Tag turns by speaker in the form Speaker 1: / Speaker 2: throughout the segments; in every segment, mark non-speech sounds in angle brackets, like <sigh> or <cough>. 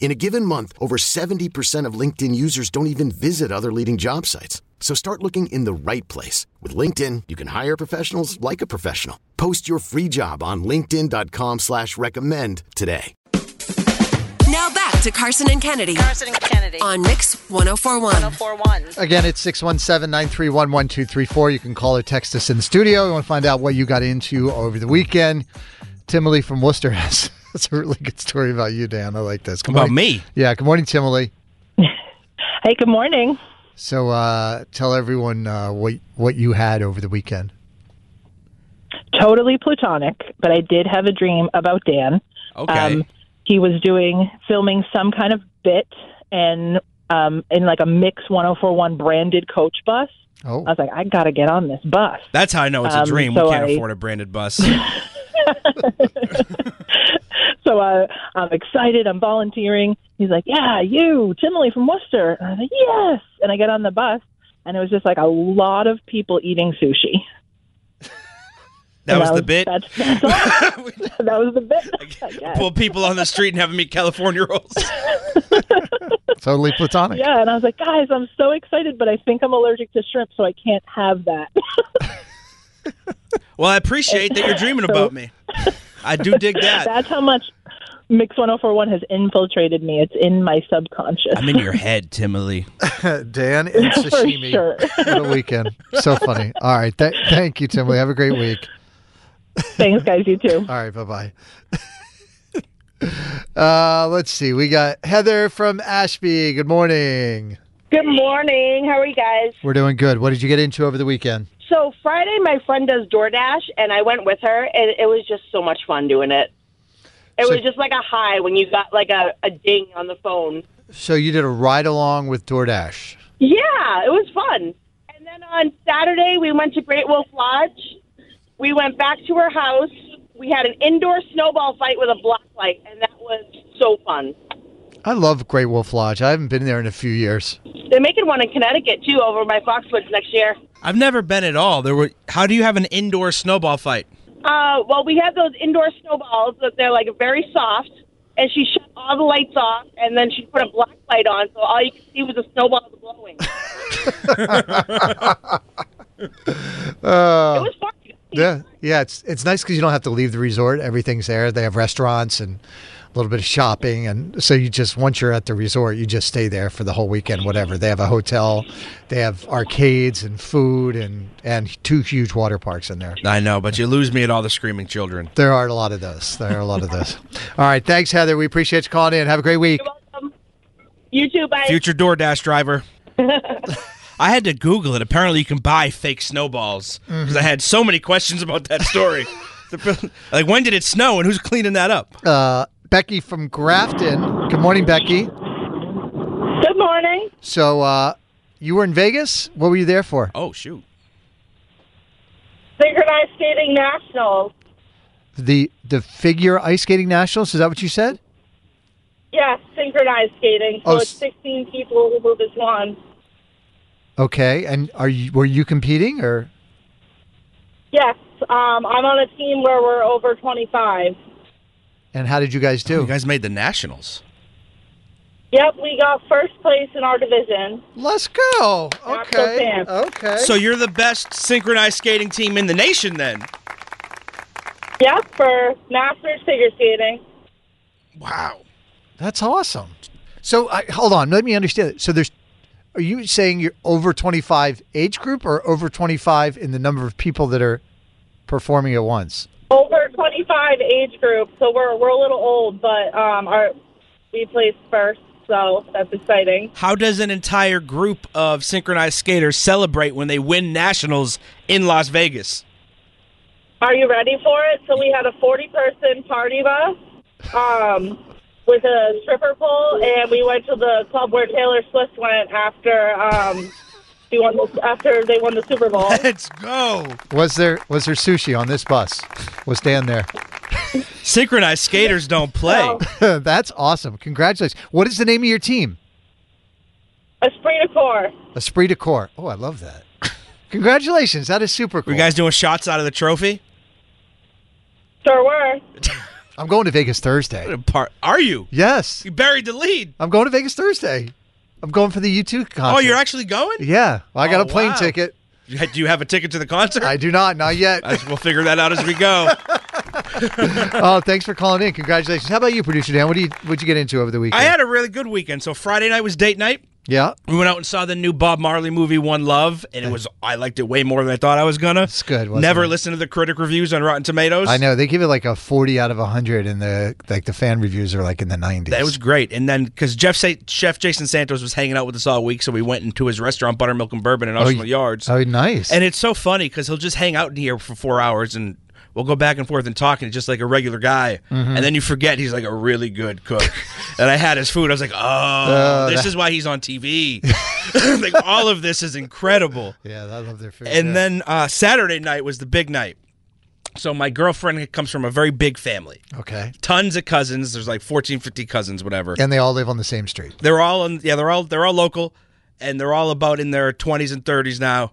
Speaker 1: In a given month, over 70% of LinkedIn users don't even visit other leading job sites. So start looking in the right place. With LinkedIn, you can hire professionals like a professional. Post your free job on linkedin.com slash recommend today.
Speaker 2: Now back to Carson and Kennedy
Speaker 3: Carson and Kennedy.
Speaker 2: on Mix 1041.
Speaker 3: 1041.
Speaker 4: Again, it's 617 931 1234. You can call or text us in the studio. We want to find out what you got into over the weekend. Timely from Worcester <laughs> has that's a really good story about you, Dan. I like this. Good
Speaker 5: About
Speaker 4: morning.
Speaker 5: me?
Speaker 4: Yeah, good morning, Timely.
Speaker 6: Hey, good morning.
Speaker 4: So uh, tell everyone uh, what, what you had over the weekend.
Speaker 6: Totally platonic, but I did have a dream about Dan.
Speaker 5: Okay.
Speaker 6: Um, he was doing filming some kind of bit and um, in like a Mix 1041 branded coach bus.
Speaker 4: Oh,
Speaker 6: I was like, I got to get on this bus.
Speaker 5: That's how I know it's a
Speaker 6: um,
Speaker 5: dream.
Speaker 6: so
Speaker 5: we can't
Speaker 6: I-
Speaker 5: afford a branded
Speaker 6: <laughs>
Speaker 5: bus.
Speaker 6: So uh, I'm excited. I'm volunteering. He's like, Yeah, you, Timely from Worcester. And I was like, Yes. And I get on the bus, and it was just like a lot of people eating sushi.
Speaker 5: That
Speaker 6: And
Speaker 5: was
Speaker 6: I
Speaker 5: the bit.
Speaker 6: That's,
Speaker 5: <laughs>
Speaker 6: that's all. <laughs> that was the bit. I guess.
Speaker 5: Pull people on the street and have them eat California rolls.
Speaker 4: totally platonic.
Speaker 6: Yeah, and I was like, guys, I'm so excited, but I think I'm allergic to shrimp, so I can't have that. <laughs>
Speaker 5: Well, I appreciate that you're
Speaker 6: <laughs>
Speaker 5: dreaming about me. I do dig that.
Speaker 6: That's how much Mix 1041 has infiltrated me. It's in my subconscious.
Speaker 5: I'm in your head, Timothy.
Speaker 4: Uh, Dan and
Speaker 6: <laughs> For
Speaker 4: sashimi
Speaker 6: sure.
Speaker 4: <laughs> for the weekend. So funny. All right. Th- thank you, Timely. Have a great week.
Speaker 6: Thanks, guys. You too.
Speaker 4: All right, bye bye. <laughs> uh, let's see. We got Heather from Ashby. Good morning.
Speaker 7: Good morning. How are you guys?
Speaker 4: We're doing good. What did you get into over the weekend?
Speaker 7: So Friday, my friend does DoorDash, and I went with her, and it was just so much fun doing it. It
Speaker 4: So-
Speaker 7: was just like a high when you got like a, a ding on the phone.
Speaker 4: So you did a ride along with DoorDash.
Speaker 7: Yeah, it was fun. And then on Saturday, we went to Great Wolf Lodge. We went back to her house. We had an indoor snowball fight with a black light, and that was so fun.
Speaker 4: I love Great Wolf Lodge. I haven't been there in a few years.
Speaker 7: They're making one in Connecticut too, over by Foxwoods next year.
Speaker 5: I've never been at all. There were. How do you have an indoor snowball fight?
Speaker 7: Uh, well, we have those indoor snowballs that they're like very soft, and she shut all the lights off, and then she put a black light on, so all you could see was a snowball glowing.
Speaker 4: <laughs>
Speaker 7: it
Speaker 4: Uh,
Speaker 7: was fun.
Speaker 4: yeah, yeah. It's it's nice because you don't have to leave the resort. Everything's there. They have restaurants and a little bit of shopping, and so you just once you're at the resort, you just stay there for the whole weekend. Whatever. They have a hotel, they have arcades and food, and and two huge water parks in there.
Speaker 5: I know, but you lose me at all the screaming children.
Speaker 4: There are a lot of those. There are a lot of those. <laughs> All right. Thanks, Heather. We appreciate you calling in. Have a great week.
Speaker 7: You're welcome. You too. Bye.
Speaker 5: Future DoorDash
Speaker 6: <laughs>
Speaker 5: driver. I had to Google it. Apparently, you can buy fake snowballs
Speaker 6: Mm-hmm.
Speaker 5: because I had so many questions about that
Speaker 6: <laughs>
Speaker 5: story. like, when did it snow and who's cleaning that up?
Speaker 4: Uh, Becky from Grafton. Good morning, Becky.
Speaker 7: Good morning.
Speaker 4: So uh, you were in Vegas? What were you there for?
Speaker 5: Oh shoot.
Speaker 7: Synchronized skating nationals.
Speaker 4: The the figure ice skating nationals? Is that what you said?
Speaker 7: Yes, synchronized skating.
Speaker 4: So Oh, it's s-
Speaker 7: 16 people who move as one.
Speaker 4: Okay. And are you were you competing or?
Speaker 7: Yes, um, I'm on a team where we're over 25.
Speaker 4: And how did you guys do?
Speaker 5: You guys made the nationals.
Speaker 7: Yep, we got first place in our division.
Speaker 4: Let's go.
Speaker 7: Not so
Speaker 4: Okay.
Speaker 7: fast.
Speaker 4: Okay.
Speaker 5: So you're the best synchronized skating team in the nation then.
Speaker 7: Yep, for masters figure skating.
Speaker 5: Wow.
Speaker 4: that's awesome. So I, hold on. Let me understand. it. So there's. Are you saying you're over 25 age group or over 25 in the number of people that are performing at once?
Speaker 7: Over 25 age group, so we're we're a little old, but um, our we placed first, so that's exciting.
Speaker 5: How does an entire group of synchronized skaters celebrate when they win nationals in Las Vegas?
Speaker 7: Are you ready for it? So we had a 40 person party bus um, with a stripper pole, and we went to the club where Taylor Swift went after um, she won the, after they won the Super Bowl.
Speaker 5: Let's go.
Speaker 4: Was there was there sushi on this bus? Was Dan there? <laughs>
Speaker 5: Synchronized skaters don't play.
Speaker 7: So,
Speaker 4: That's awesome. Congratulations. What is the name of your team?
Speaker 7: Esprit de Corps.
Speaker 4: Esprit de Corps. Oh, I love that. <laughs> Congratulations. That is super
Speaker 5: Were
Speaker 4: cool.
Speaker 5: you guys doing shots out of the trophy?
Speaker 7: Sure were.
Speaker 4: I'm going to Vegas Thursday.
Speaker 5: Par- Are you?
Speaker 4: Yes.
Speaker 5: You buried the lead.
Speaker 4: I'm going to Vegas Thursday. I'm going for the U2 concert.
Speaker 5: Oh, you're actually going?
Speaker 4: Yeah. Well, I got
Speaker 5: Oh,
Speaker 4: a plane
Speaker 5: wow.
Speaker 4: ticket.
Speaker 5: You- Do you have a ticket to the concert?
Speaker 4: I do not, not yet.
Speaker 5: <laughs> I- we'll figure that out as we <laughs> go.
Speaker 4: oh, thanks for calling in. Congratulations. How about you, producer Dan? What do you what'd you get into over the weekend?
Speaker 5: I had a really good weekend. So Friday night was date night.
Speaker 4: yeah.
Speaker 5: We went out and saw the new Bob Marley movie, One Love, and it was I liked it way more than I thought I was gonna.
Speaker 4: It's good, wasn't
Speaker 5: Never
Speaker 4: it?
Speaker 5: listened to the critic reviews on Rotten Tomatoes.
Speaker 4: I know they give it like a 40 out of 100, and the like the fan reviews are like in the 90s.
Speaker 5: That was great. And then because Jeff Sa- Chef Jason Santos was hanging out with us all week, so we went into his restaurant, Buttermilk and Bourbon in Arsenal
Speaker 4: y-
Speaker 5: Yards.
Speaker 4: oh nice.
Speaker 5: And it's so funny because he'll just hang out in here for four hours and we'll go back and forth and talk and he's just like a regular guy.
Speaker 4: Mm-hmm.
Speaker 5: And then you forget he's like a really good
Speaker 4: <laughs>
Speaker 5: cook. and I had his food. I was like, oh, this is why he's on TV. <laughs> like, all of this is incredible.
Speaker 4: yeah, I love their food.
Speaker 5: And
Speaker 4: yeah.
Speaker 5: then uh, Saturday night was the big night. So my girlfriend comes from a very big family.
Speaker 4: okay,
Speaker 5: Tons of cousins. There's like 14, 50 cousins, whatever
Speaker 4: and they all live on the same street.
Speaker 5: they're all in, yeah they're all they're all local and they're all about in their 20s and 30s now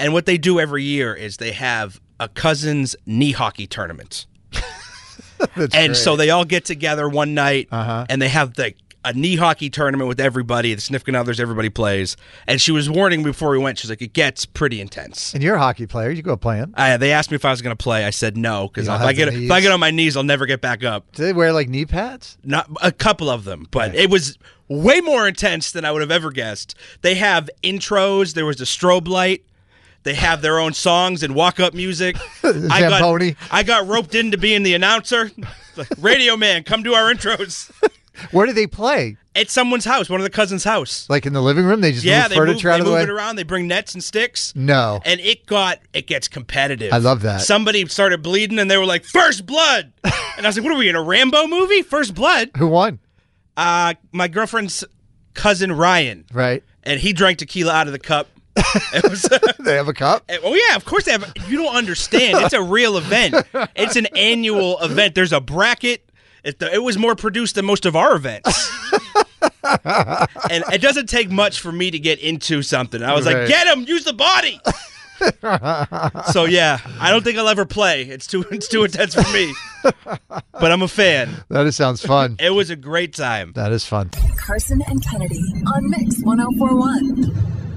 Speaker 5: and what they do every year is they have a cousin's knee hockey tournament
Speaker 4: <laughs> That's
Speaker 5: and
Speaker 4: great. Uh-huh.
Speaker 5: so they all get together one night and they have the a knee hockey tournament with everybody the significant others everybody plays and she was warning me before we went she's like it gets pretty intense
Speaker 4: and you're a hockey player. You go playing.
Speaker 5: I, they asked me if I was going to play. I said no because
Speaker 4: You
Speaker 5: if
Speaker 4: don't
Speaker 5: I
Speaker 4: have the
Speaker 5: get if I
Speaker 4: knees?
Speaker 5: get on my knees, I'll never get back up.
Speaker 4: Do they wear like knee pads?
Speaker 5: not a couple of them, but it was way more intense than I would have ever guessed. They have intros. There was a strobe light. They have their own songs and
Speaker 4: <laughs>
Speaker 5: walk-up music. I got,
Speaker 4: Zamboni.
Speaker 5: I got roped into being the announcer. Like, Radio man, come do our intros
Speaker 4: Where do they play?
Speaker 5: at someone's house, one of the cousins' house.
Speaker 4: Like in the living room? They just
Speaker 5: yeah,
Speaker 4: move
Speaker 5: they move,
Speaker 4: furniture
Speaker 5: they
Speaker 4: out of the
Speaker 5: move
Speaker 4: way.
Speaker 5: it around. They bring nets and sticks.
Speaker 4: No.
Speaker 5: And it got it gets competitive.
Speaker 4: I love that.
Speaker 5: Somebody started bleeding, and they were like, first blood." and I was like, "What are we in a Rambo movie? First blood?"
Speaker 4: Who won?
Speaker 5: Uh, my girlfriend's cousin Ryan,
Speaker 4: Right.
Speaker 5: and he drank tequila out of the cup. It was- <laughs>
Speaker 4: They have a cup.
Speaker 5: oh yeah, of course they have. You don't understand. It's a real event. It's an annual event. There's a bracket. It, it was more produced than most of our events. and it doesn't take much for me to get into something. I was
Speaker 4: Right.
Speaker 5: like, get him, use the body. so yeah, I don't think I'll ever play. It's too <laughs> it's too intense for me. But I'm a fan.
Speaker 4: That is, sounds fun.
Speaker 5: It was a great time.
Speaker 4: that is fun.
Speaker 3: Carson and Kennedy on Mix 1041.